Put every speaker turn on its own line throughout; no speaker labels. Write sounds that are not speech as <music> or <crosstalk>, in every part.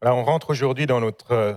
Voilà, on rentre aujourd'hui dans notre euh,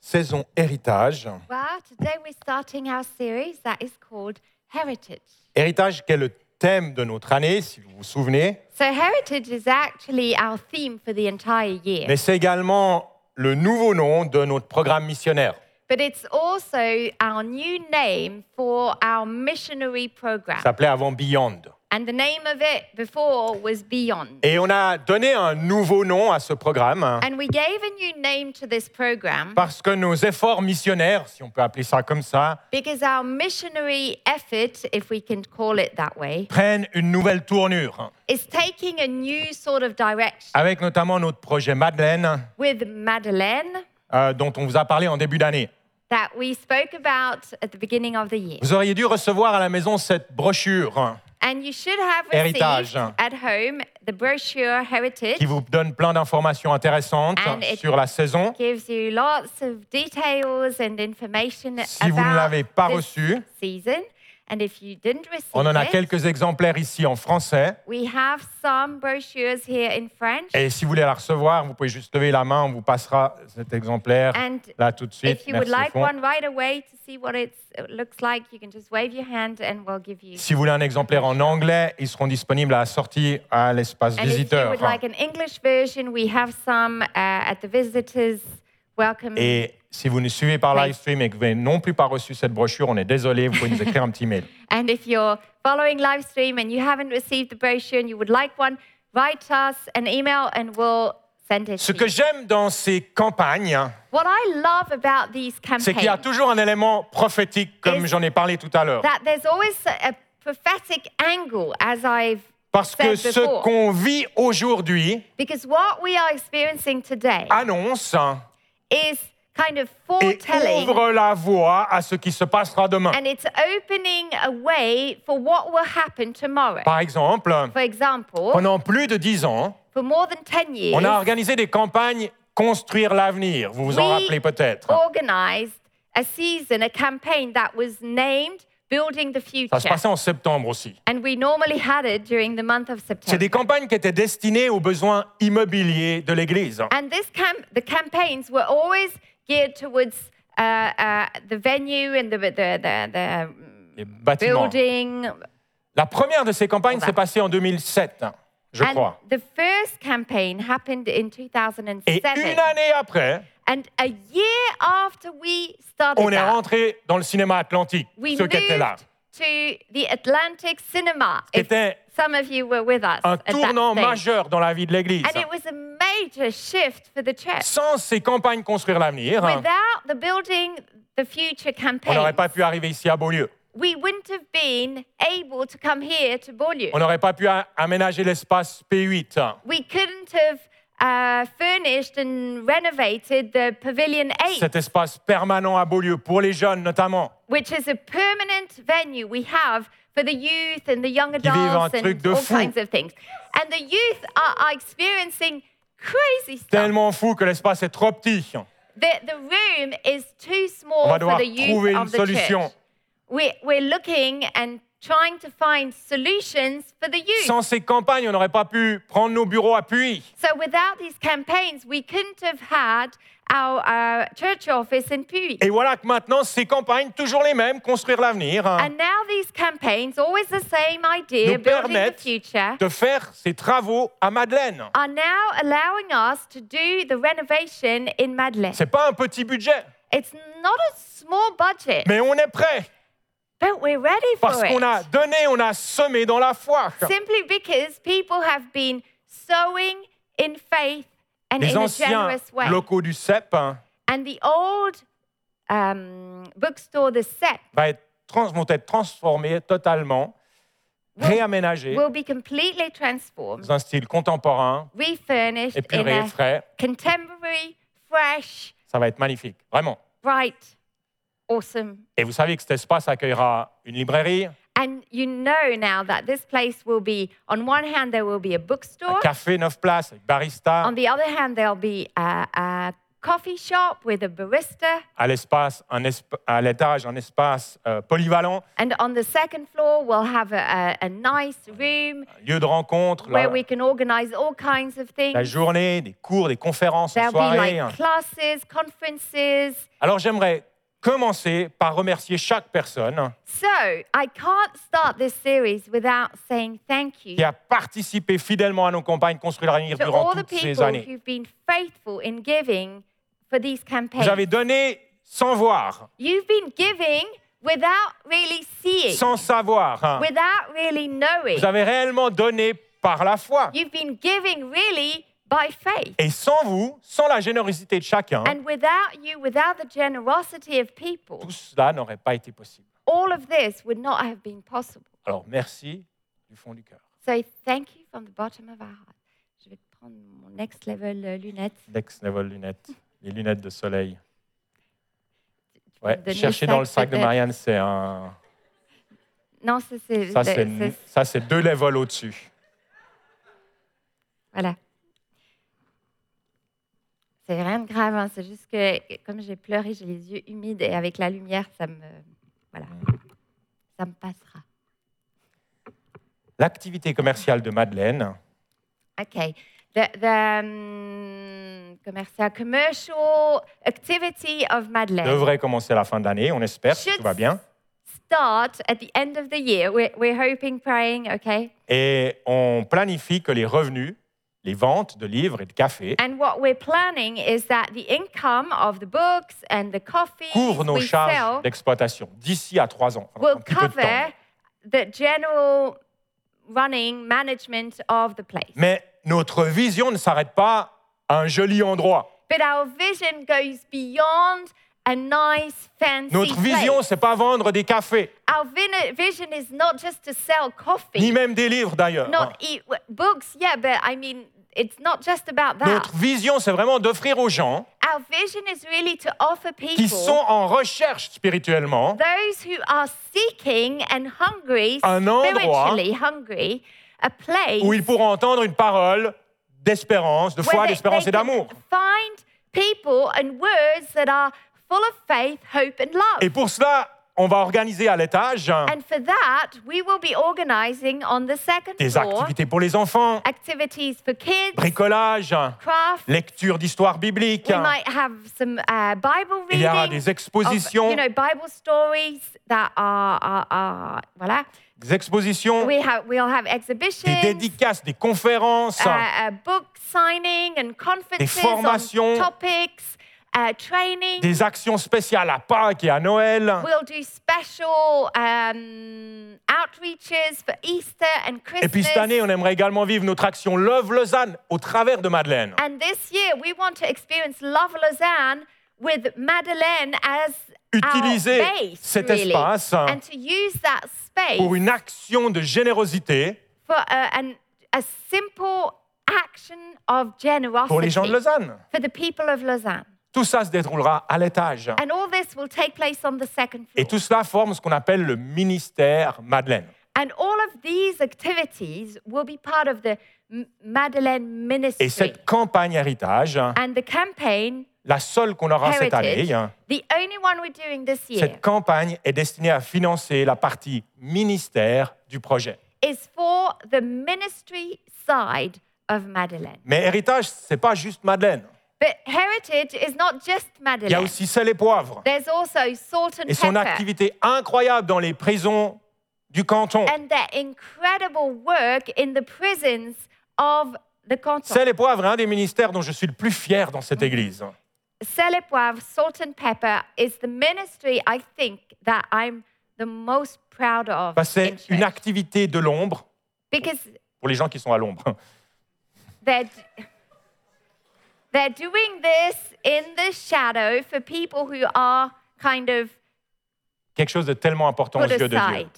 saison héritage.
Well, today we're starting our series that is called Heritage.
Héritage qui est le thème de notre année, si vous vous souvenez,
So, heritage is actually our theme for the entire year,
mais c'est également le nouveau nom de notre programme missionnaire.
but it's also our new name for our missionary program.
Ça s'appelait avant Beyond.
And the name of it before was Beyond.
Et on a donné un nouveau nom à ce programme hein,
And we gave a new name to this program
parce que nos efforts missionnaires, si on peut appeler ça comme ça,
because our missionary effort, if we can call it that way,
prennent une nouvelle tournure, hein,
is taking a new sort of direction
avec notamment notre projet Madeleine,
with Madeleine
euh, dont on vous a parlé en début d'année.
that we spoke about at the beginning of the year.
Vous auriez dû recevoir à la maison cette brochure hein,
And you should have received
Héritage.
at home the brochure Heritage.
qui vous donne plein d'informations intéressantes
And it-
sur la saison.
gives you lots of details and information
Si vous ne
about
l'avez pas
this
reçu,
season. And if you didn't receive
On en a
it,
quelques exemplaires ici en français.
we have some brochures here in French.
Et si vous voulez la recevoir, vous pouvez juste lever la main, on vous passera cet exemplaire
And
là tout de suite.
if you would
Merci au
like
fond.
one right away to see what it's, it looks like, you can just wave your hand and we'll give you.
Si vous voulez un exemplaire en anglais, ils seront disponibles à la sortie à l'espace
And if you
visiteur.
would like an English version, we have some uh, at the visitors' welcome.
Et si vous nous suivez par
Oui.
live stream et que vous n'avez non plus pas reçu cette brochure, on est désolé, vous pouvez nous écrire un petit mail.
And if you're following live stream and you haven't received the brochure and you would like one, write us an email and we'll send it
Ce
to
que
you.
j'aime dans ces campagnes, hein,
What I love about these
c'est qu'il y a
campaigns
toujours un élément prophétique, comme
Is-
j'en ai parlé tout à l'heure.
that there's always a a prophetic angle as I've
Parce que
said
ce
before.
qu'on vit aujourd'hui
because what we are experiencing today
annonce hein,
is kind of
et
foretelling
ouvre la voie à ce qui se passera demain.
and it's opening a way for what will happen tomorrow.
Par exemple,
For example,
pendant plus de dix ans,
for more than 10 years,
on a organisé des campagnes Construire l'avenir. Vous vous en
We
rappelez peut-être.
Oh, organized a season, a campaign that was named Building the
Ça se
Future.
passait en septembre aussi.
And we normally had it during the month of
C'est
September.
des campagnes qui étaient destinées aux besoins immobiliers de l'Église.
And this camp, the campaigns were always geared towards uh, uh, the venue and the, the, the, the
Les bâtiments.
building.
La première de ces campagnes
Voilà.
s'est passée en 2007, hein, je
And
crois.
the first campaign happened in
Et
2007.
une année après,
And a year after we started
on est
that,
rentré dans le cinéma atlantique,
we
ceux qui étaient là.
moved to the Atlantic Cinema. If
C'était
some of you were with us
Un
at that
tournant
stage.
majeur dans la vie de l'Église.
And it was a major shift for the church.
Sans ces campagnes Construire l'avenir, hein,
Without the Building the Future
on n'aurait
campaign,
pas pu arriver ici à Beaulieu.
we wouldn't have been able to come here to Beaulieu.
On n'aurait pas pu a- aménager l'espace P8. hein.
We couldn't have uh, furnished and renovated the Pavilion 8,
Cet espace permanent à Beaulieu, pour les jeunes notamment,
which is a permanent venue we have for the youth and the young
vivent un
adults
truc
and
de
all
fou.
kinds of things. And the youth are, are experiencing crazy stuff.
tellement fou que l'espace est trop petit.
The, the room is too
On va
small
devoir
for the youth
trouver une
of the
solution.
church. We're, we're looking and trying to find solutions for the youth.
Sans ces campagnes, on n'aurait pas pu prendre nos bureaux à Puy.
so without these campaigns, we couldn't have had our uh, church office in Puy.
Et voilà que maintenant, ces campagnes, toujours les mêmes, construire l'avenir, hein,
and now these campaigns, always the same idea,
nous
building the
permettent
future,
de faire ces travaux à Madeleine.
are now allowing us to do the renovation in Madeleine.
C'est pas un petit budget,
It's not a small budget,
mais on est prêt
but we're ready for
parce
it.
qu'on a donné, on a semé dans la foi.
Simply because people have been sowing in faith and
Les
in a
anciens
generous way.
locaux du CEP hein,
And the old um, bookstore, the set,
va être trans- vont être transformés totalement,
Will-
réaménagés
will be completely transformed,
dans un style contemporain,
refurnished in
épuré,
a
frais.
contemporary, fresh,
Ça va être magnifique, vraiment.
bright, awesome.
Et vous savez que cet espace accueillera une librairie,
And you know now that this place will be, on one hand, there will be a
un
bookstore,
café 9 places, avec barista,
on the other hand, there'll be a, a coffee shop with a barista.
à l'espace, en esp- à l'étage, en espace euh, polyvalent,
And on the second floor, we'll have a, a, a nice room
lieu de rencontre, la,
where we can organize all kinds of things.
la journée, des cours, des conférences, en
There'll be
soirée.
like classes, conferences.
Alors j'aimerais commencer par remercier chaque personne
So I can't start this series without saying thank you
qui a participé fidèlement à nos campagnes Construire l'avenir
to
durant
all the
toutes ces
people
années.
who've been faithful in giving for these campaigns.
Vous avez donné sans voir,
You've been giving without really seeing,
sans savoir. hein.
without really knowing.
Vous avez réellement donné par la foi.
You've been giving really by faith.
Et sans vous, sans la générosité de chacun,
And without you, without the generosity of people,
tout cela n'aurait pas été possible.
all of this would not have been possible.
Alors merci du fond du cœur.
So thank you from the bottom of our heart. Je vais prendre mon next level euh, lunettes.
Next level lunettes, les lunettes de soleil.
peux
Ouais,
me donner
chercher
le
dans le
sac,
sac de
peut-être.
Marianne, c'est un.
Non, ça c'est.
Ça,
c'est-
c'est,
c'est-
ça, c'est deux levels au-dessus.
Voilà. C'est rien de grave, hein, c'est juste que comme j'ai pleuré, j'ai les yeux humides et avec la lumière, ça me. Voilà. Ça me passera.
L'activité commerciale de Madeleine,
Okay. The, the um, commercial, commercial activity of Madeleine
devrait commencer à la fin de l'année, on espère, si
Should-
tout va bien.
start at the end of the year. We're, we're hoping, praying, okay?
Et on planifie que les revenus, les ventes de livres et de café
And what we're planning is that the income of the books and the coffee
couvrent nos
we
charges
sell
d'exploitation d'ici à trois ans. Enfin,
will
un petit peu de temps.
cover the general running management of the place.
Mais notre vision ne s'arrête pas à un joli endroit.
But our vision goes beyond a nice, fancy
Notre
place.
vision, c'est pas vendre des cafés,
Our vin- vision is not just to sell coffee.
ni même des livres d'ailleurs. hein.
not eat w- books, yeah, but I mean, it's not just about that.
Notre vision, c'est vraiment d'offrir aux gens
Our vision is really to offer
qui
people,
sont en recherche spirituellement
those who are seeking and hungry,
Un endroit
spiritually hungry, a place
où ils pourront entendre une parole d'espérance, de foi,
where they,
d'espérance
they
et d'amour.
can find people and words that are full of faith, hope, and love.
Et pour cela, on va organiser à l'étage hein,
and for that, we will be organizing on the second
des
floor
activités pour les enfants,
activities for kids,
bricolage, hein,
craft,
lecture d'histoire biblique.
We
hein.
might have some uh, Bible
Il
reading.
y aura des
Of,
expositions,
you know, Bible stories that are, are, are voilà.
des expositions,
We have, we'll have
Oh. des
exhibitions,
dédicaces, des conférences,
uh, uh, book signing and conferences
formations.
on topics, uh, training.
des actions spéciales à Pâques et à Noël.
We'll do special um, outreaches for Easter and
Et puis
Christmas.
cette année, on aimerait également vivre notre action Love Lausanne au travers de Madeleine.
and this year, we want to experience Love Lausanne with Madeleine as
Utiliser
our base,
cet
really.
espace hein,
and to use that space
pour une action de générosité
for a, an, a simple action of generosity
pour les gens de Lausanne.
for the people of Lausanne.
Tout ça se déroulera à l'étage.
And all this will take place on the second
Et
floor.
tout cela forme ce qu'on appelle le ministère Madeleine.
and all of these activities will be part of the M- Madeleine Ministry.
Et cette campagne héritage,
and the campaign,
la seule qu'on aura Ah, cette
Heritage,
année, hein,
the only one we're doing this year,
cette campagne est destinée à financer la partie ministère du projet.
is for the ministry side of Madeleine.
Mais héritage, c'est pas juste Madeleine.
But heritage is not just
Il y a
Madeleine.
aussi sel et poivre
There's also salt and
et son
pepper.
activité incroyable dans les prisons du canton.
<laughs> and their incredible work in the prisons of the canton.
Sel et poivre est un des ministères dont je suis le plus fier dans
Mm.
cette église.
Sel et poivre, salt and pepper is the ministry I think that I'm the most proud of.
Parce que
in
Bah, c'est
church.
une activité de l'ombre
because
pour les gens qui sont à l'ombre. <laughs>
they're, they're doing this in the shadow for people who are kind of
Quelque chose de tellement important aux
put
yeux de Dieu
aside.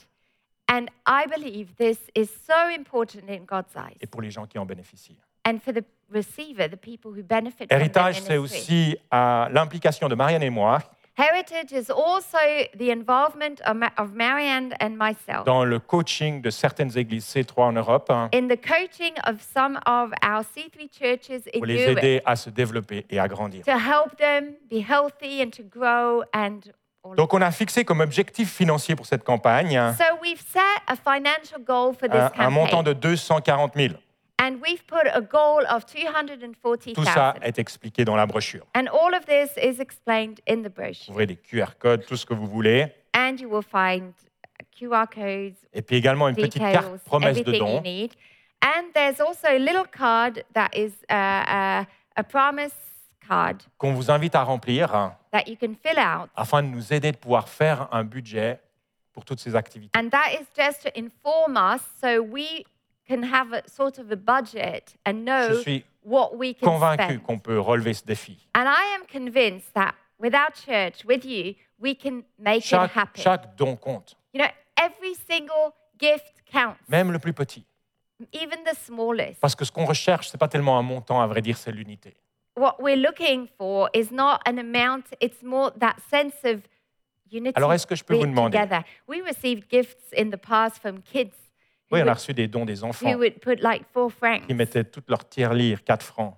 And I believe this is so important in God's eyes
et pour les gens qui en bénéficient.
and for the receiver, the people who benefit from the
Héritage, c'est
ministry.
aussi euh, l'implication de Marianne et moi
Heritage is also the involvement of, Ma- of Marianne and myself
dans le coaching de certaines églises C3 en Europe hein,
in the coaching of some of our C3 churches in
pour les
Europe
aider à se développer et à grandir.
to help them be healthy and to grow and all of
Donc on a fixé comme objectif financier pour cette campagne hein,
So we've set a financial goal for this
un, un montant
campaign,
de 240 000.
and we've put a goal of
Tout ça
240,000.
est expliqué dans la brochure.
And all of this is explained in
Vous
the brochure,
trouverez des QR codes, tout ce que vous voulez.
and you will find QR codes,
Et puis également une petite carte
details,
promesse de
everything you
dons.
need. And there's also a little card that is uh, uh, a promise card
qu'on vous invite à remplir hein,
that you can fill out.
afin de nous aider de pouvoir faire un budget pour toutes ces activités.
And that is just to inform us so we can have a sort of a budget and
Je
know
suis
what we can
convaincu
spend.
qu'on peut relever ce défi.
And I am convinced that with our church, with you, we can make it
Chaque,
happen.
chaque don compte,
You know, every single gift counts,
même le plus petit.
even the smallest.
Parce que ce qu'on recherche, ce n'est pas tellement un montant, à vrai dire, c'est l'unité.
What we're looking for is not an amount, it's more that sense of unity.
Alors, est-ce que je peux vous
being
demander-
Together. We received gifts in the past from kids who,
Oui, on a
would,
reçu des dons des enfants
who would put like four francs.
qui mettaient toute leur tirelire, 4 francs.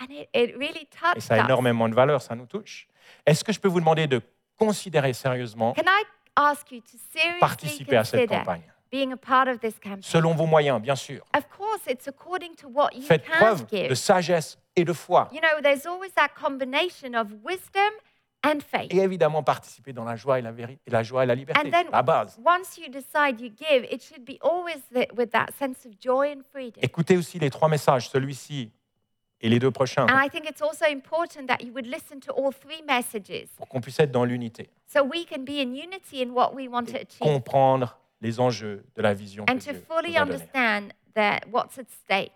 And it, it really
Et
touched
ça a
us.
énormément de valeur, ça nous touche. Est-ce que je peux vous demander de considérer sérieusement
Can I ask you to seriously
participer à cette
consider
campagne
being a part of this campaign?
Selon vos moyens, bien sûr.
Of course, it's according to what you
Faites
can
preuve
give.
de sagesse et de foi.
You know, there's always that combination of wisdom and faith.
et évidemment participer dans la joie et la, vérité, et la, joie et la liberté,
And then-
la base.
Once you decide you give, it should be always that, with that sense of joy and freedom.
Écoutez aussi les trois messages, celui-ci et les deux prochains,
And I think it's also important that you would listen to all three messages
pour qu'on puisse être dans l'unité,
so we can be in unity in what we want to achieve
comprendre les enjeux de la vision que
and to
Dieu
fully
nous a donnée.
understand that what's at stake.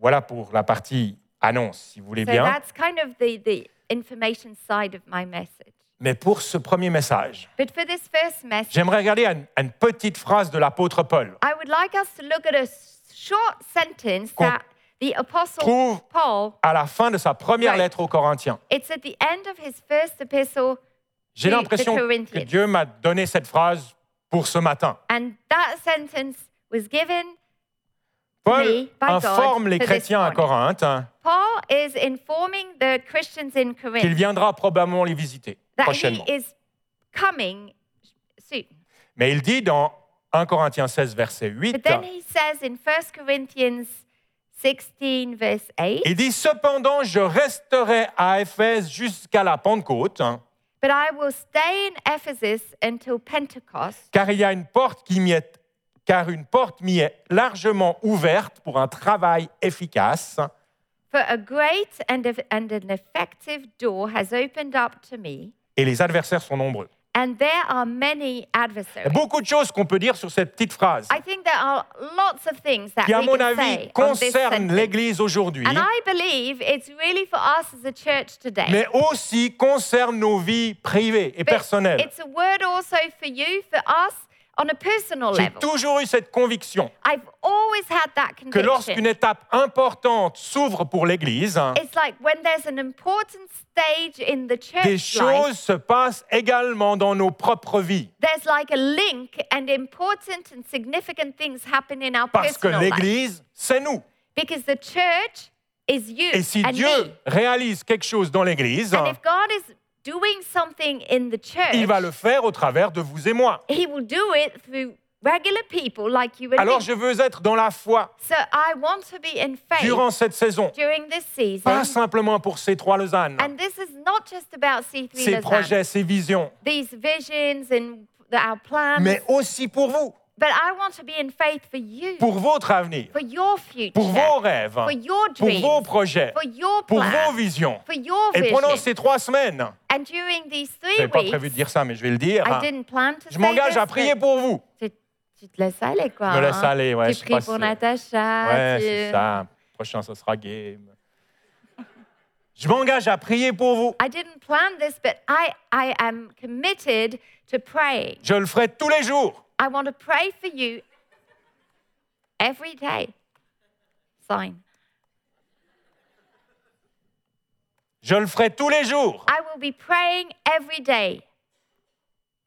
Voilà pour la partie annonce, si vous voulez
So
bien.
that's kind of the, the information side of my message.
Mais pour ce premier message,
But for this first message,
j'aimerais regarder à une, à une petite phrase de l'apôtre Paul.
I would like us to look at a s- short sentence
Qu'on
that the Apostle
trouve-
Paul,
À la fin de sa première
Right.
lettre aux Corinthiens,
it's at the end of his first epistle,
j'ai
The- the
l'impression que
Corinthians.
Dieu m'a donné cette phrase pour ce matin.
and that sentence was given.
Paul
Me, by God,
informe les
for this
chrétiens à
morning.
Corinthe hein,
Paul is informing the Christians in
qu'il
Corinth
viendra probablement les visiter
that
prochainement.
he is coming soon.
Mais il dit dans 1 Corinthiens 16, verset 8,
But then he says in 1 Corinthians 16, verse 8,
il dit Cependant, je resterai à Éphèse jusqu'à la Pentecôte, hein,
But I will stay in Ephesus until Pentecost.
car il y a une porte qui m'y est, car une porte m'y est largement ouverte pour un travail efficace.
For a great and, eff- and an effective door has opened up to me,
Et les adversaires sont nombreux.
and there are many
Il y
adversaries.
a beaucoup de choses qu'on peut dire sur cette petite phrase,
I think there are lots of things that
qui, à
we
mon
can
avis,
say on Ah this
concerne
sentence.
l'Église aujourd'hui,
And I believe it's really for us as a church today.
mais aussi concerne nos vies privées et
But
personnelles.
It's a word also for you, for us, on a personal
J'ai
level.
toujours eu cette conviction
I've always had that
que lorsqu'une
conviction.
étape importante s'ouvre pour l'Église,
It's like when there's an important stage in the
des
church life,
choses se passent également dans nos propres vies.
there's like a link, and important and significant things happen in our
Parce que
personal life.
l'Église, c'est nous.
Because the church is you
Et si
and me.
Dieu réalise quelque chose dans l'Église,
And if God is doing something in the church,
il va le faire au travers de vous et moi.
He will do it through regular people like you and
Alors
me.
je veux être dans la foi
So I want to be in faith
durant cette saison.
during this season.
Pas simplement pour ces trois Lausanne,
And this is not just about C3
ces
Lausanne,
projets, ces visions,
these visions and the, our plans,
mais aussi pour vous,
but I want to be in faith for you,
pour votre avenir,
for your future,
pour vos rêves,
for your
pour
dreams,
vos projets,
for your
pour
plans,
vos visions.
for your
Et pendant
vision.
ces trois semaines,
And during these
je
three
n'avais pas prévu
weeks,
de dire ça, mais je vais le dire, hein.
I didn't plan to
je
say
m'engage
this,
à
but
prier pour vous.
Tu, tu te laisses aller, quoi.
Je me laisse
hein.
aller, ouais, je
Tu
sais
pries
pas
pour
si-
Natacha.
Ouais,
tu-
c'est ça. Prochain, ça sera game. Je m'engage à prier pour vous.
I didn't plan this, but I, I am committed to praying.
Je le ferai tous les jours.
I want to pray for you every day. Sign.
Je le ferai tous les jours.
I will will be praying every day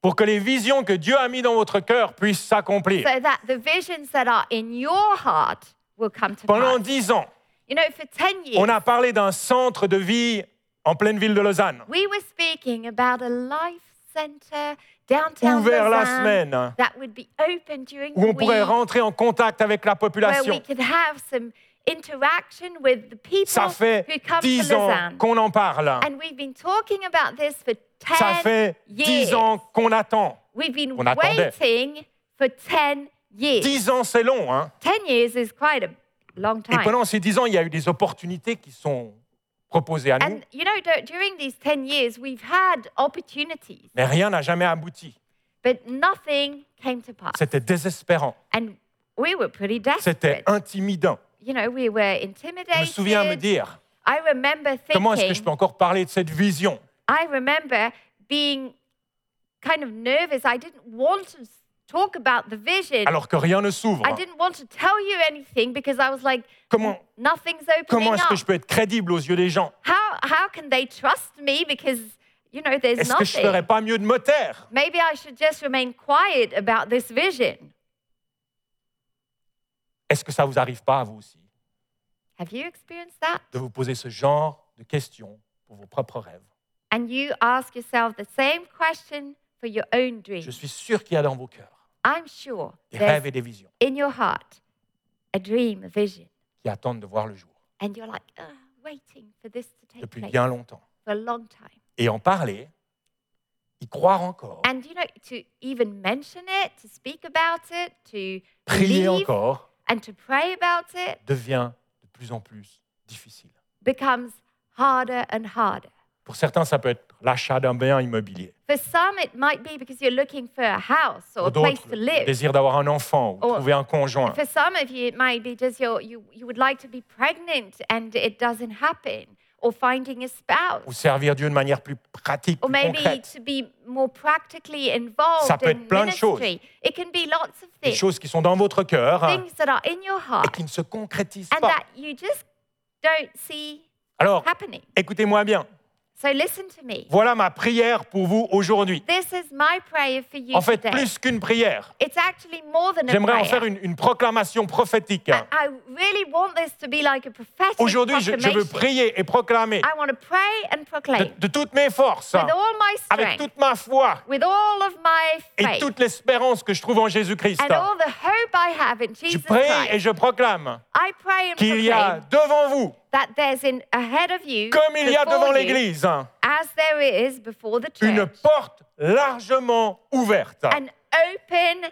pour que les visions que Dieu a mises dans votre cœur puissent s'accomplir.
so that the visions that are in your heart will come to
Pendant
pass.
dix ans,
You know, for 10
on
years,
a parlé d'un centre de vie en pleine ville de Lausanne,
we were speaking about a life center downtown
ouvert la
Lausanne
semaine,
that would be open during
où
the
on pourrait
week,
rentrer en contact avec la
where we
population.
could have some interaction with the people
Ça fait
who come to
dix ans
Lausanne.
qu'on en parle.
And we've been talking about this for 10
Ça fait
years.
dix ans qu'on attend.
We've been
qu'on attendait.
waiting for 10 years.
Dix ans, c'est long. Hein.
10 years is quite a long
Et
time.
pendant ces dix ans, il y a eu des opportunités qui sont proposées à nous,
And you know, dur- during these 10 years, we've had opportunities,
mais rien n'a jamais abouti.
but nothing came to pass.
C'était désespérant,
And we were pretty
c'était
desperate.
intimidant.
You know, we were
Je me souviens me
intimidated.
dire,
I remember
comment est-ce que je
thinking,
peux encore parler de cette vision
I remember being kind of nervous. I didn't want to s- talk about the vision.
alors que rien ne s'ouvre
I didn't want to tell you anything because I was like,
Comment-
nothing's opening
Comment est-ce que
up.
je peux être crédible aux yeux des gens
How, how can they trust me because, you know, there's
Est-ce que je ne ferais
nothing.
pas mieux de me taire
Maybe I should just remain quiet about this vision.
Est-ce que ça vous arrive pas à vous aussi
Have you experienced that?
de vous poser ce genre de questions pour vos propres rêves
And you ask yourself the same question for your own dream.
Je suis sûr qu'il y a dans vos cœurs
I'm sure
des
there's
rêves et des visions
in your heart a dream, a vision.
qui attendent de voir le jour
And you're like, "Ugh, waiting for this to take
depuis
place
bien longtemps
for a long time.
et en parler, y croire encore,
And you know, to even mention it, to speak about it, to
prier
believe
encore
and to pray about it
devient de plus en plus difficile.
becomes harder and harder.
Pour certains, ça peut être l'achat d'un bien immobilier.
For some, it might be because you're looking for a house or
Pour
a place
d'autres,
to
le
live.
désir d'avoir un enfant ou
Oh.
trouver un conjoint.
For some of you, it might be just your, you, you would like to be pregnant and it doesn't happen, or finding a
ou
spouse,
servir Dieu de manière plus pratique,
or
plus
maybe
concrète.
to be more practically involved
Ça peut
in
être plein de choses.
ministry. It can be lots of
Des
things,
choses qui sont dans votre cœur hein,
things that are in your
et
heart
qui ne se concrétisent
and
pas.
that you just don't see
Alors,
happening.
écoutez-moi bien.
So listen to me.
Voilà ma prière pour vous aujourd'hui.
This is my prayer for you
En fait,
today.
plus qu'une prière.
It's actually more than a
J'aimerais en
prayer.
faire une, une proclamation prophétique. hein.
And I really want this to be like a prophetic
Aujourd'hui, je, je veux
proclamation.
prier et proclamer
I want to pray and
de,
proclaim
de toutes mes forces, hein,
with all my
avec
strength,
toute ma foi
with all of my
et
faith,
toute l'espérance que je trouve en Jésus-Christ. hein.
and all the hope I have in
Je
Jesus
prie et
Christ.
je proclame
I pray and
qu'il y a
proclaim
devant vous,
that there's in ahead of you,
comme il y a
before
devant
you,
l'Église, hein.
as there is before the church,
une porte largement ouverte.
an open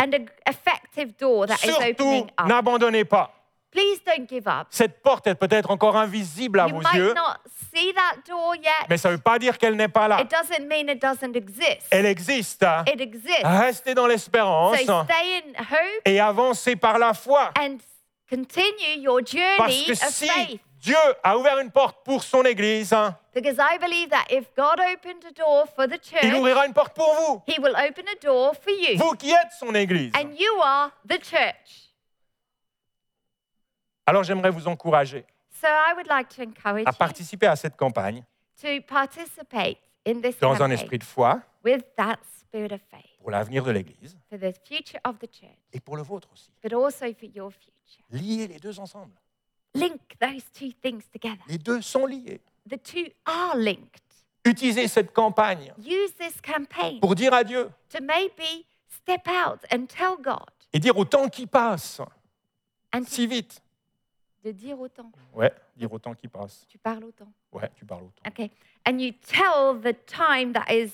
and a, effective door that is
Surtout,
opening up.
n'abandonnez pas.
Please don't give up.
Cette porte est peut-être encore invisible à
you
vos
might
yeux,
not see that door yet.
mais ça ne veut pas dire qu'elle n'est pas là.
It doesn't mean it doesn't exist.
Elle existe. hein.
It exists.
Restez dans l'espérance
So stay in hope
et avancez par la foi.
and continue your
Parce
journey
que
of
si
faith.
Dieu a ouvert une porte pour son Église, hein,
Because I believe that if God opened a door for the
il
church,
ouvrira une porte pour vous.
He will open a door for you.
Vous qui êtes son Église.
And you are the church.
Alors j'aimerais vous encourager
So I would like to encourage
à participer à cette campagne
you to participate in this
dans un
campaign
esprit de foi
with that spirit of faith
pour l'avenir de l'Église
for the future of the church,
et pour le vôtre aussi.
but also for your future.
Liez les deux ensemble.
Link those two things together.
Les deux sont liés.
The two are linked.
Utilisez cette campagne
Use this campaign
pour dire à Dieu
to maybe step out and tell God
et dire au temps qui passe,
and to
si vite.
de dire au temps.
Ouais, dire au temps qui passe.
Tu parles au temps.
Ouais, tu parles au temps.
Okay. And you tell the time that is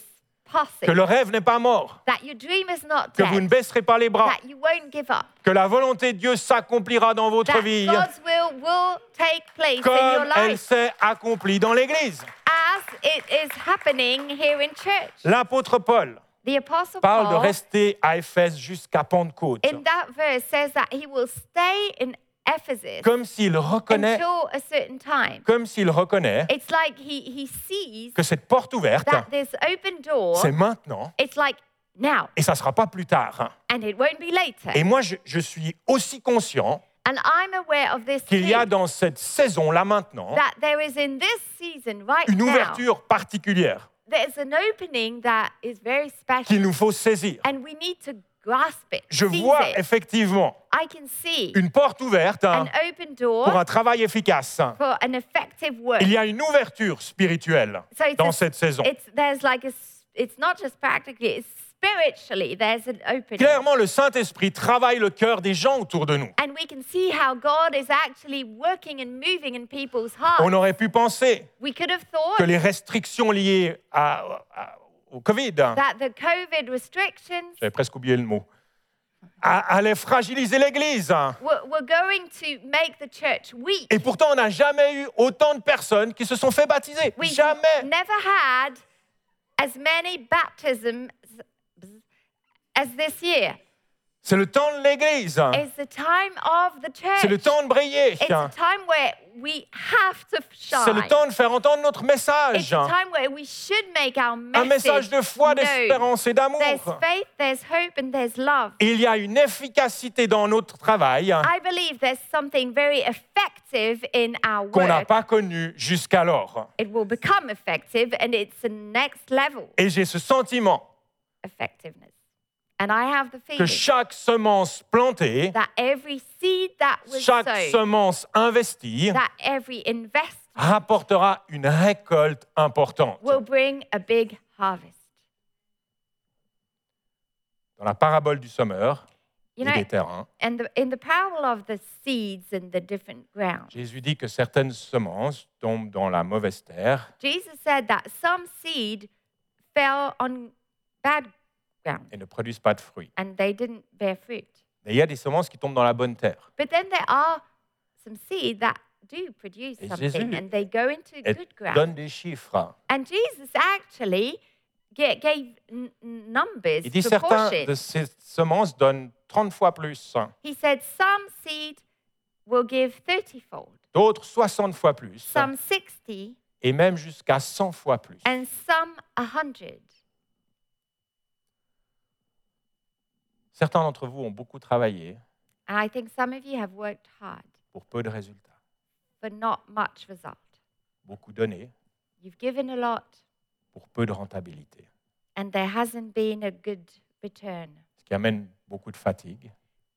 passing,
Que le rêve n'est pas mort,
that your dream is not
que
dead,
vous ne baisserez pas les bras,
that you won't give up,
que la volonté de Dieu s'accomplira dans votre
that
vie
God's will will take place in your
comme elle
life
s'est accomplie dans l'Église.
as it is happening here in church.
L'apôtre Paul
The Apostle
parle de
Paul,
rester à Éphèse jusqu'à Pentecôte,
in that verse, says that he will stay in Ephesus
comme s'il reconnaît,
until a certain time.
comme s'il reconnaît
It's like he, he sees
que cette porte ouverte,
that this open door,
c'est maintenant
it's like now,
et ça ne sera pas plus tard. hein.
and it won't be later.
Et moi, je, je suis aussi conscient
And I'm aware of this
qu'il y a
too,
dans cette saison-là maintenant
that there is in this season right
une
now,
ouverture particulière
there's an opening that is very special
qu'il nous faut saisir.
and we need to grasp it.
Je
seize
vois
it.
effectivement
I can see
une porte ouverte hein,
an open door
pour un travail efficace.
for an effective work.
Il y a une ouverture spirituelle
So it's
dans
a-
cette saison.
It's there's like a s- it's not just practically, it's spiritually there's an opening.
Clairement, le Saint-Esprit travaille le cœur des gens autour de nous.
And we can see how God is actually working and moving in people's
On
hearts.
aurait pu penser
We could have
que
thought
les restrictions liées à- à- au Covid, hein,
that the COVID restrictions
j'avais presque oublié le mot, a- allaient fragiliser l'Église. hein.
were, were going to make the church weak.
Et pourtant, on n'a jamais eu autant de personnes qui se sont fait baptiser.
We've
Jamais.
never had as many baptisms as this year.
C'est le temps de l'Église. hein.
It's the time of the church.
Ah. C'est le temps de briller.
It's
hein.
a time where we have to shine.
C'est le temps de faire entendre notre
It's
message.
a
hein.
time where we should make our
Un
message.
message de foi,
known.
d'espérance et d'amour.
There's faith, there's hope, and there's love.
Il y a une efficacité dans notre travail hein,
I believe there's something very effective in our
qu'on n'a
work.
pas connu jusqu'alors.
It will become effective, and it's the next level
Et j'ai ce sentiment
effectiveness. And I have the
que
feeling
chaque semence plantée,
that every seed that was
chaque
sown,
semence investie
that every investment
rapportera une récolte importante.
will bring a big harvest.
Dans la parabole du sommeur
You
et
know,
des terrains,
and the, in the parable of the seeds and the different ground,
Jésus dit que certaines semences tombent dans la mauvaise terre
Jesus said that some seed fell on bad ground
et ne produisent pas de fruits.
and they didn't bear fruit.
Mais il y a des semences qui tombent dans la bonne terre.
But then there are some seed that do produce
Et
something
Jésus
and they go into
Et
good ground.
donne des chiffres.
And Jesus actually ga- gave n- n- numbers,
Il dit certains
proportions.
de ces semences donnent 30 fois plus, hein.
He said some seed will give 30 fold,
d'autres 60 fois plus, hein.
some 60,
et même jusqu'à 100 fois plus.
and some 100.
Certains d'entre vous ont beaucoup travaillé
And I think some of you have worked hard
pour peu de résultats,
for not much result.
beaucoup donné
You've given a lot,
pour peu de rentabilité,
and there hasn't been a good return,
ce qui amène beaucoup de fatigue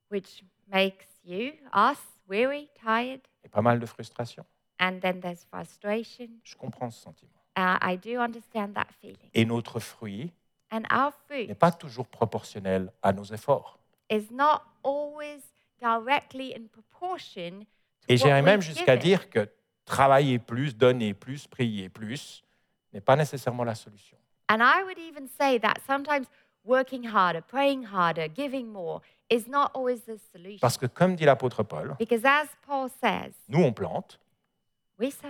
which makes you, us, weary, tired,
et pas mal de frustration.
and then there's frustration.
Je comprends ce sentiment.
Uh, I do understand that feeling.
Et notre fruit
And our fruit
n'est pas toujours proportionnel à nos efforts.
is not always directly in proportion to
Et
what
j'irais même
we've
jusqu'à
given.
dire que travailler plus, donner plus, prier plus n'est pas nécessairement la solution.
And I would even say that sometimes working harder, praying harder, giving more is not always the solution.
Parce que comme dit l'apôtre Paul,
because as Paul says,
nous on plante,
we sow,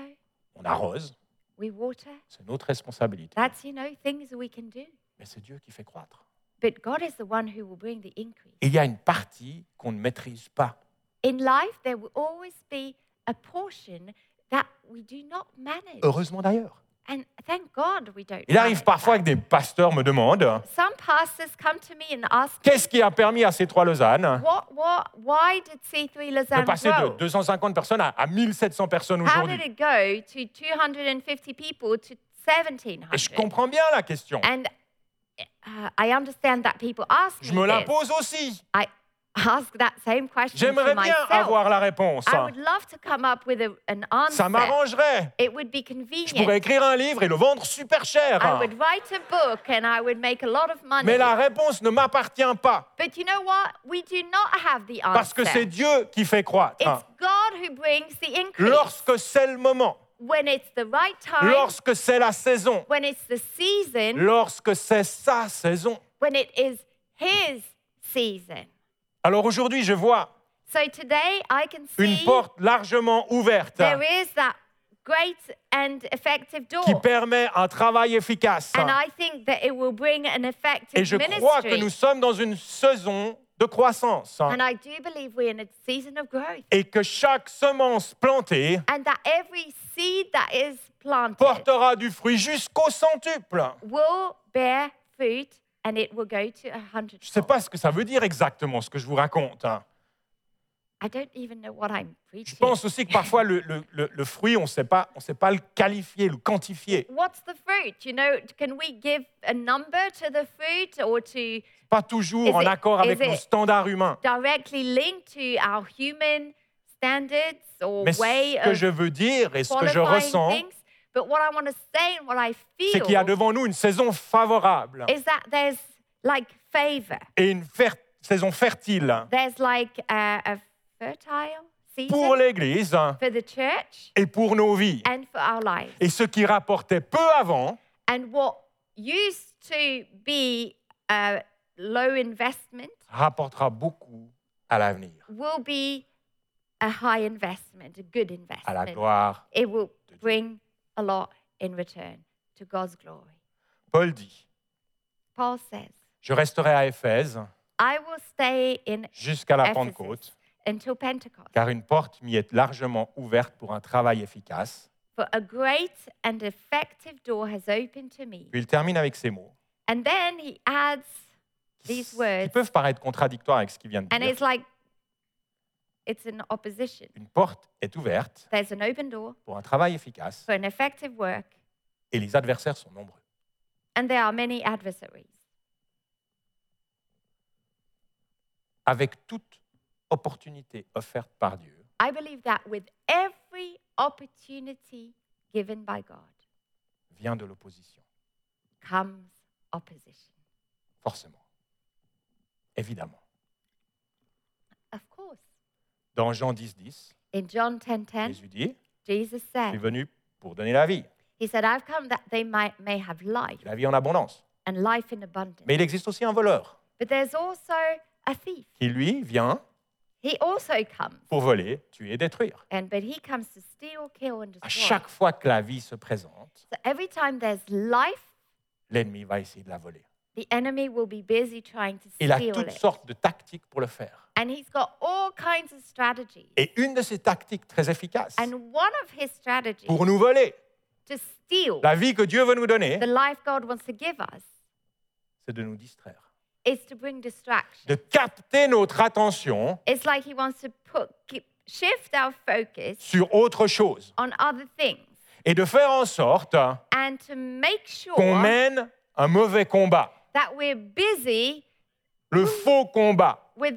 on arrose,
we water.
c'est notre responsabilité.
That's, you know, things we can do.
Mais c'est Dieu qui fait croître.
But God is the one who will bring the increase.
Et il y a une partie qu'on ne maîtrise pas.
In life, there will always be a portion that we do not manage.
Heureusement d'ailleurs.
And thank God we don't.
Il arrive
manage
parfois
that.
que des pasteurs me demandent
Some pastors come to me and ask me,
qu'est-ce qui a permis à ces trois Lausanne
What, what, why did C3
de
Lausanne
passer
grow?
de 250 personnes à, à 1700 personnes
How did
aujourd'hui.
it go to 250 people to
Et je
1700?
comprends bien la question.
And uh, I understand that people ask
Je
me
me la
this.
pose aussi.
I ask that same question
J'aimerais
to
bien
myself.
avoir la réponse.
I would love to come up with a, an
Ça
answer.
m'arrangerait.
It would be
Je pourrais
convenient.
écrire un livre et le vendre super
I
cher.
would write a book and I would make a lot of money.
Mais la réponse ne m'appartient pas
But you know what? We do not have the
parce que c'est
answer.
Dieu qui fait croître.
It's God who brings the increase
Lorsque c'est le moment,
when it's the right time,
lorsque c'est la saison,
when it's the season,
lorsque c'est sa saison.
when it is His season.
Alors aujourd'hui, je vois
So today I can
une
see
porte largement ouverte
there is that great and effective door.
qui permet un travail efficace.
And I think that it will bring an effective
Et je
ministry.
crois que nous sommes dans une saison de croissance
And I do believe we're in a season of growth.
et que chaque semence plantée
And that every seed that is planted
portera du fruit jusqu'au centuple.
will bear fruit and it will go to a hundred.
Je ne sais pas ce que ça veut dire exactement ce que je vous raconte. hein.
I don't even know what I'm
Je
preaching.
pense aussi que parfois, le, le- le- le fruit, on ne sait pas on sait pas le qualifier, le quantifier.
What's the fruit? You know, can we give a number to the fruit or to
Pas toujours
Is
en
it-
accord avec
is it-
nos standards humains.
directly linked to our human standards or
Mais
way
ce que
of
je veux dire et ce que je
qualifying
ressens,
things? But what I want to say and what I
c'est
feel
qu'il y a devant nous une saison favorable
is that there's like favor.
et une fer- saison fertile
There's like a, a fertile
pour
season
l'Église
for the church
et pour nos vies.
and for our lives.
Et ce qui rapportait peu avant
And what used to be a low investment
rapportera beaucoup à l'avenir,
will be a high investment, a good
à la
investment.
gloire.
It will bring a lot in return to God's glory.
Paul dit,
Paul says,
je resterai à Éphèse
I will stay in
jusqu'à la
Éphésus.
Pentecôte,
until Pentecost,
car une porte m'y est largement ouverte pour un travail efficace.
for a great and effective door has opened to me.
Puis il termine avec ces mots,
And then he adds
qui
these words,
peuvent paraître contradictoires avec ce qu'il vient de
and it's
dire.
like it's an opposition.
Une porte est ouverte
There's an open door
pour un travail efficace,
for an effective work,
et les adversaires sont nombreux.
and there are many adversaries.
Avec toute opportunité offerte par Dieu,
I believe that with every opportunity given by God
vient de l'opposition,
comes opposition.
forcément. Évidemment.
Of course.
Dans Jean 10, 10,
In John 10:10,
Jésus dit,
Jesus
je suis
said,
venu pour donner la vie,
He said, I've come that they might may have life
la vie en abondance.
and life in abundance.
Mais il existe aussi un voleur
But there's also a thief.
qui, lui, vient
He also comes,
pour voler, tuer et détruire.
and but he comes to steal, kill, and
À
destroy.
chaque fois que la vie se présente,
So every time there's life,
l'ennemi va essayer de la voler.
the enemy will be busy trying to
Il a
steal
toutes
it.
sortes de tactiques pour le faire.
And he's got all kinds of strategies.
Et une de ces tactiques très efficaces
And one of his strategies
pour nous voler
to steal
la vie que Dieu veut nous donner,
the life God wants to give us
c'est de nous distraire,
is to bring distraction.
de capter notre attention
It's like he wants to put keep, shift our focus
sur autre chose
on other things
et de faire en sorte
and to make
qu'on
sure
mène un mauvais combat,
that we're busy
le
Mmh.
faux combat.
with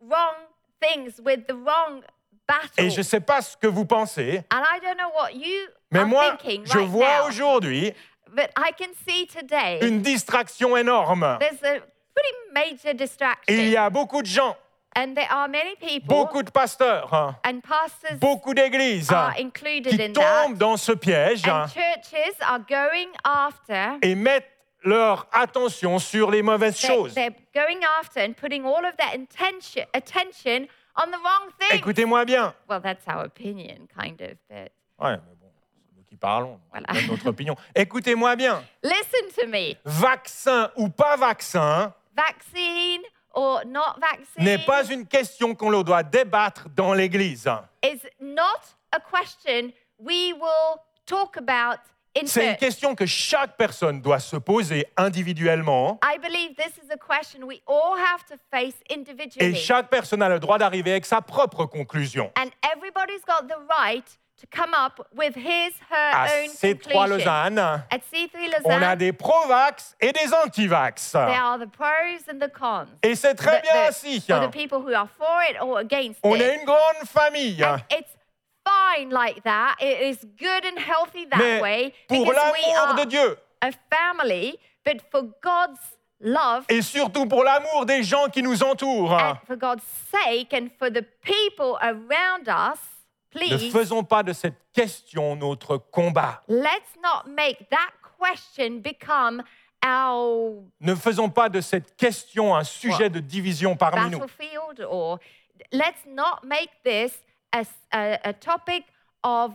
wrong things, with the wrong battle.
Et je ne sais pas ce que vous pensez,
And I don't know what you
mais
are
moi,
thinking
je
right
vois
now,
aujourd'hui
but I can see today
une distraction énorme.
there's a pretty major distraction.
Il y a beaucoup de gens,
And there are many people,
beaucoup de pasteurs, hein,
and pastors
beaucoup d'églises hein,
are included
qui
in that.
tombent dans ce piège hein,
And churches are going after,
et mettent leur attention sur les mauvaises
they're,
choses.
they're going after and putting all of their intention, attention on the wrong thing.
Écoutez-moi bien.
Well, that's our opinion, kind of, but
Ouais, mais bon, c'est nous qui parlons, on
Voilà.
donne notre opinion. Écoutez-moi bien.
listen to me.
Vaccin ou pas vaccin
Vaccine or not vaccine
n'est pas une question qu'on le doit débattre dans l'Église.
is not a question we will talk about in
C'est une
church.
question que chaque personne doit se poser individuellement
I believe this is a question we all have to face
et
individually.
chaque personne a le droit d'arriver avec sa propre conclusion.
and everybody's got the right to come up with his, her
À
own
C3
conclusion.
Ah, Lausanne,
At C3
on a
Lausanne,
des pro-vax et des anti-vax.
there are the pros and the cons.
Et c'est très
The-
bien
the-
ainsi.
For the people who are for it or against
On
it.
est une grande famille.
And it's fine like that. It is good and healthy that
Mais
way
pour
because we
l'amour
are
de Dieu
a family, but for God's love
et surtout pour l'amour des gens qui nous entourent,
and for God's sake and for the people around us,
ne
please
faisons pas de cette question notre combat.
let's not make that question become our
Ne faisons pas de cette question un sujet de division parmi nous.
battlefield or let's not make this a, s- a- a topic of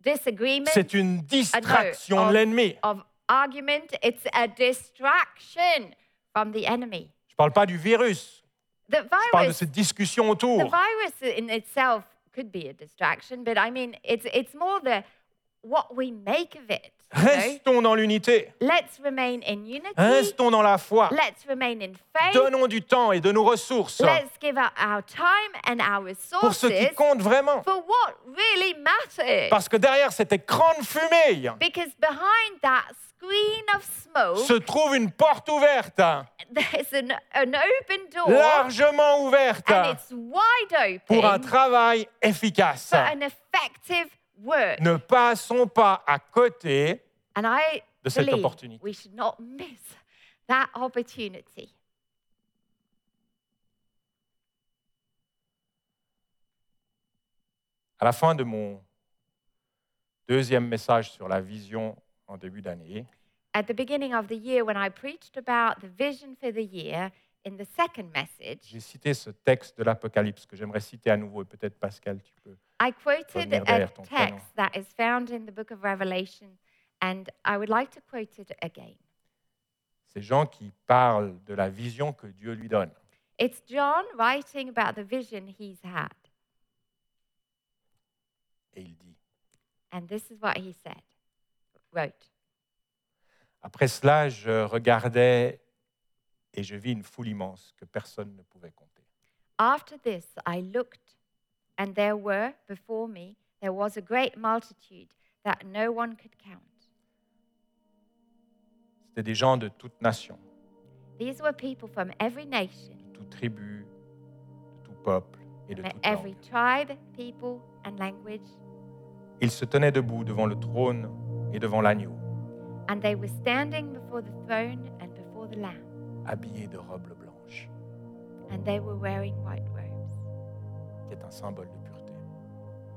disagreement,
C'est une distraction
Ah,
de
non,
l'ennemi.
of argument. It's a distraction from the enemy.
Je ne parle pas du virus,
The
je parle de
virus,
cette discussion
the
autour.
virus in itself could be a distraction, but I mean, it's, it's more the what we make of it. you know?
Restons dans l'unité.
Let's remain in unity.
Restons dans la foi.
Let's remain in faith.
Donnons du temps et de nos ressources
Let's give out our time and our
pour ce qui
resources
compte vraiment.
for what really matters.
Parce que derrière cette écran de fumée
Because behind that screen of smoke,
se trouve une porte ouverte,
<laughs> there's an, an open door
largement ouverte,
and it's wide open
pour un travail efficace.
for an effective work.
Ne passons pas à côté
And I
de cette
believe
opportunité.
we should not miss that opportunity.
À la fin de mon deuxième message sur la vision en début d'année,
At the beginning of the year, when I preached about the vision for the year in the second message,
j'ai cité ce texte de l'Apocalypse que j'aimerais citer à nouveau et peut-être Pascal, tu peux.
I quoted
Revenir
a
derrière ton prénom.
text that is found in the book of Revelation, and I would like to quote it again.
Ces gens qui parlent de la vision que Dieu lui donne.
It's John writing about the vision he's had,
Et il dit,
and this is what he said. Wrote,
après cela, je regardais et je vis une foule immense que personne ne pouvait compter.
After this I looked, and there were before me, there was a great multitude that no one could count.
C'était des gens de toute nation,
These were people from every nation,
de toute tribu, de tout peuple et de
from
toute
every
langue.
tribe, people, and language,
Ils se tenaient debout devant le trône et devant l'agneau,
and they were standing before the throne and before the Lamb,
habillés de robes blanches,
and they were wearing white robes.
qui est un symbole de pureté.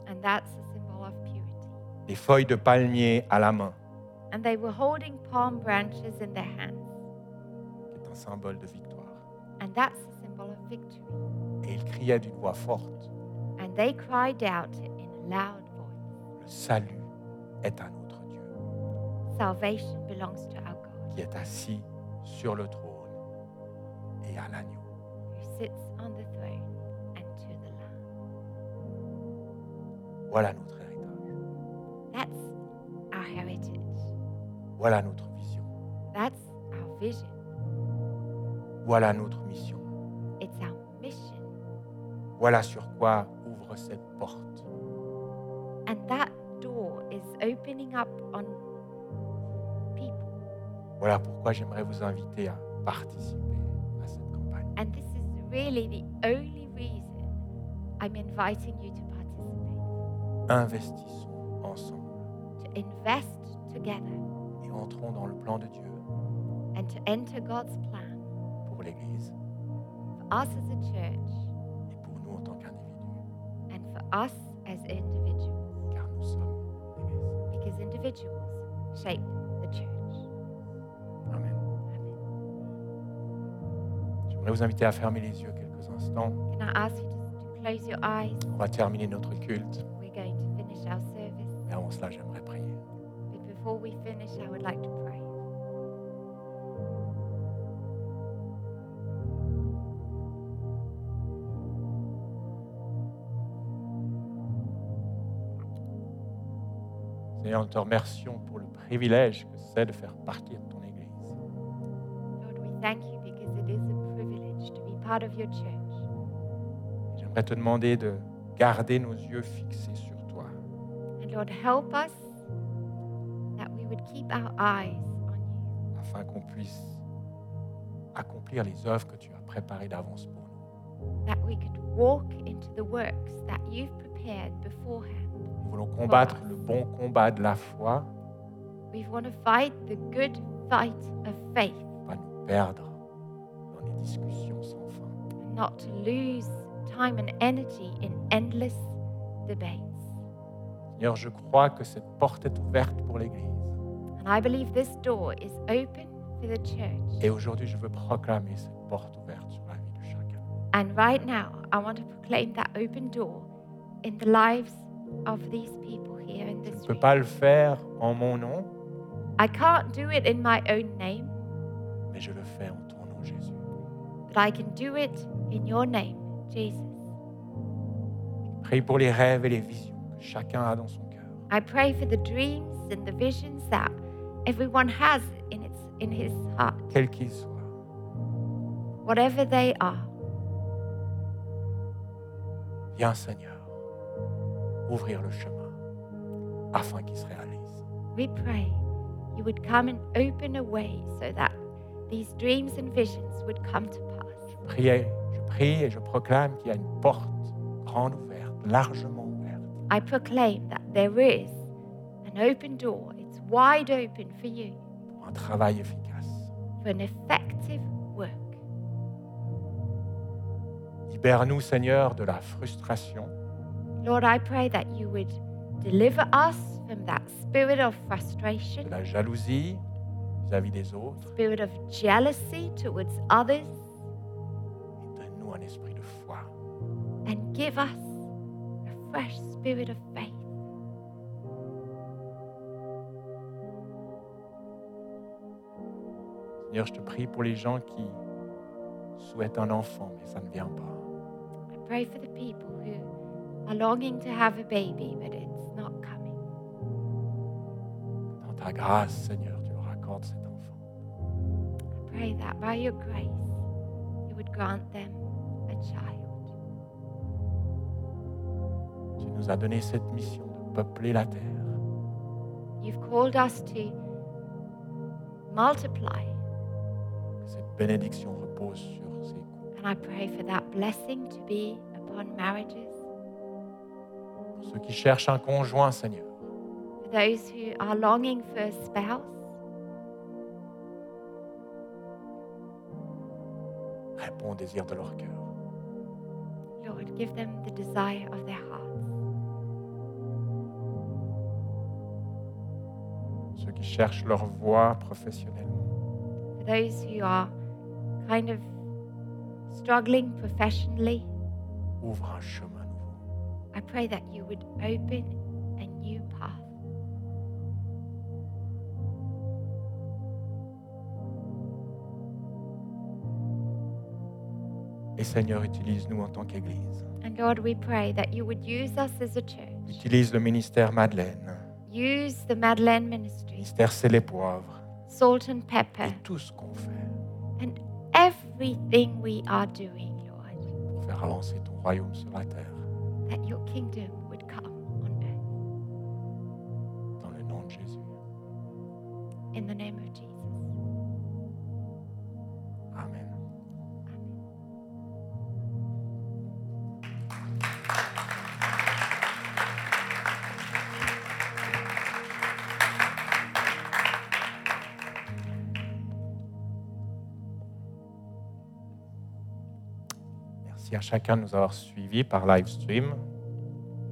And that's a symbol of purity.
Des feuilles de palmier à la main,
And they were holding palm branches in their hands,
qui est un symbole de victoire.
and that's a symbol of victory.
Et ils criaient d'une voix forte,
And they cried out in a loud voice
le salut est un autre Dieu,
Salvation belongs to our God.
qui est assis sur le trône et à l'agneau.
who sits on the throne and to the Lamb.
Voilà notre héritage,
That's our heritage.
voilà notre vision,
That's our vision.
voilà notre mission,
It's our mission.
voilà sur quoi ouvre cette porte.
And that door is opening up on people.
Voilà pourquoi j'aimerais vous inviter à participer à cette campagne.
And this is really the only reason I'm inviting you to participate,
Investissons ensemble
to invest together
et entrons dans le plan de Dieu
and to enter God's plan
pour l'Église
for us as a church
et pour nous en tant qu'individus,
and for us as individuals,
car nous sommes l'Église.
because individuals shape the church.
Amen.
Amen.
J'aimerais vous inviter à fermer les yeux quelques instants.
Can I ask you just to close your eyes?
On va terminer notre culte,
We're going to finish our service.
mais avant cela, j'aimerais prier.
But before we finish, I would like to pray.
Seigneur, nous te remercions pour le privilège que c'est de faire partie de ton Église.
Lord, we thank you because it is a privilege to be part of your church.
J'aimerais te demander de garder nos yeux fixés sur toi,
And Lord, help us that we would keep our eyes on you
afin qu'on puisse accomplir les œuvres que tu as préparées d'avance pour nous.
that we could walk into the works that you've prepared beforehand.
Nous voulons combattre le bon combat de la foi,
We want to fight the good fight of faith
pas nous perdre dans les discussions sans fin.
and not to lose time and energy in endless debates.
Seigneur, je crois que cette porte est ouverte pour l'Église.
And I believe this door is open for the church.
Et aujourd'hui, je veux proclamer cette porte ouverte sur la vie de chacun.
And right now, I want to proclaim that open door in the lives of these people here in
Je ne
this
peux
room.
pas le faire en mon nom,
I can't do it in my own name,
mais je le fais en ton nom, Jésus.
but I can do it in your name, Jesus.
Prie pour les rêves et les visions que chacun a dans son cœur.
I pray for the dreams and the visions that everyone has in, its, in his heart,
quels qu'ils soient.
whatever they are.
Viens, Seigneur, ouvrir le chemin afin qu'il se réalise.
We pray you would come and open a way so that these dreams and visions would come to pass.
Priez, je prie et je proclame qu'il y a une porte grande ouverte, largement ouverte,
I proclaim that there is an open door, it's wide open for you
pour un travail efficace.
for an effective work.
Libère-nous, Seigneur, de la frustration,
Lord, I pray that you would deliver us from that spirit of frustration.
de la jalousie vis-à-vis des autres,
spirit of jealousy towards others
et donne-nous un esprit de foi.
and give us a fresh spirit of faith.
Seigneur, je te prie pour les gens qui souhaitent un enfant, mais ça ne vient pas.
I pray for the people who are longing to have a baby, but it's not coming.
Dans ta grâce, Seigneur, tu leur accordes cet enfant.
I pray that by your grace, you would grant them a child.
Tu nous as donné cette mission de peupler la terre,
You've called us to multiply,
que cette bénédiction repose sur ces couples.
and I pray for that blessing to be upon marriages.
Pour ceux qui cherchent un conjoint, Seigneur,
For those who are longing for a spouse,
réponds au désir de leur cœur.
Lord, give them the desire of their hearts.
Pour ceux qui cherchent leur voie professionnellement,
for those who are kind of struggling professionally,
ouvre un chemin nouveau.
I pray that you would open a new path.
Et Seigneur, utilise-nous en tant qu'Église.
And Lord, we pray that you would use us as a church.
Utilise le ministère Madeleine,
Use the Madeleine
le
ministry,
ministère C'est les poivres,
salt and
et
pepper,
tout ce qu'on fait
and everything we are doing, Lord,
pour faire avancer ton royaume sur la terre.
that your kingdom would come on
Dans le nom de Jésus.
earth. In the name of Jesus.
Amen. Merci à chacun de nous avoir suivis par live stream.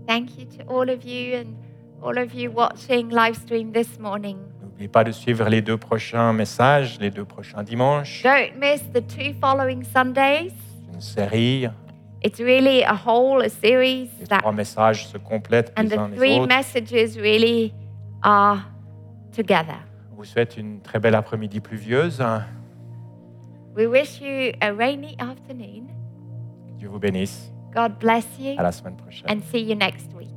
Thank you to all of you and all of you watching live stream this morning.
N'oubliez pas de suivre les deux prochains messages, les deux prochains dimanches.
Don't miss the two following Sundays.
Une série,
It's really a whole a series
les
that
trois messages se complètent
and
les
the
uns les
three
autres.
messages really are together.
On vous souhaite une très belle après-midi pluvieuse.
We wish you a rainy afternoon.
Dieu vous bénisse.
God bless you
À la semaine prochaine.
and see you next week.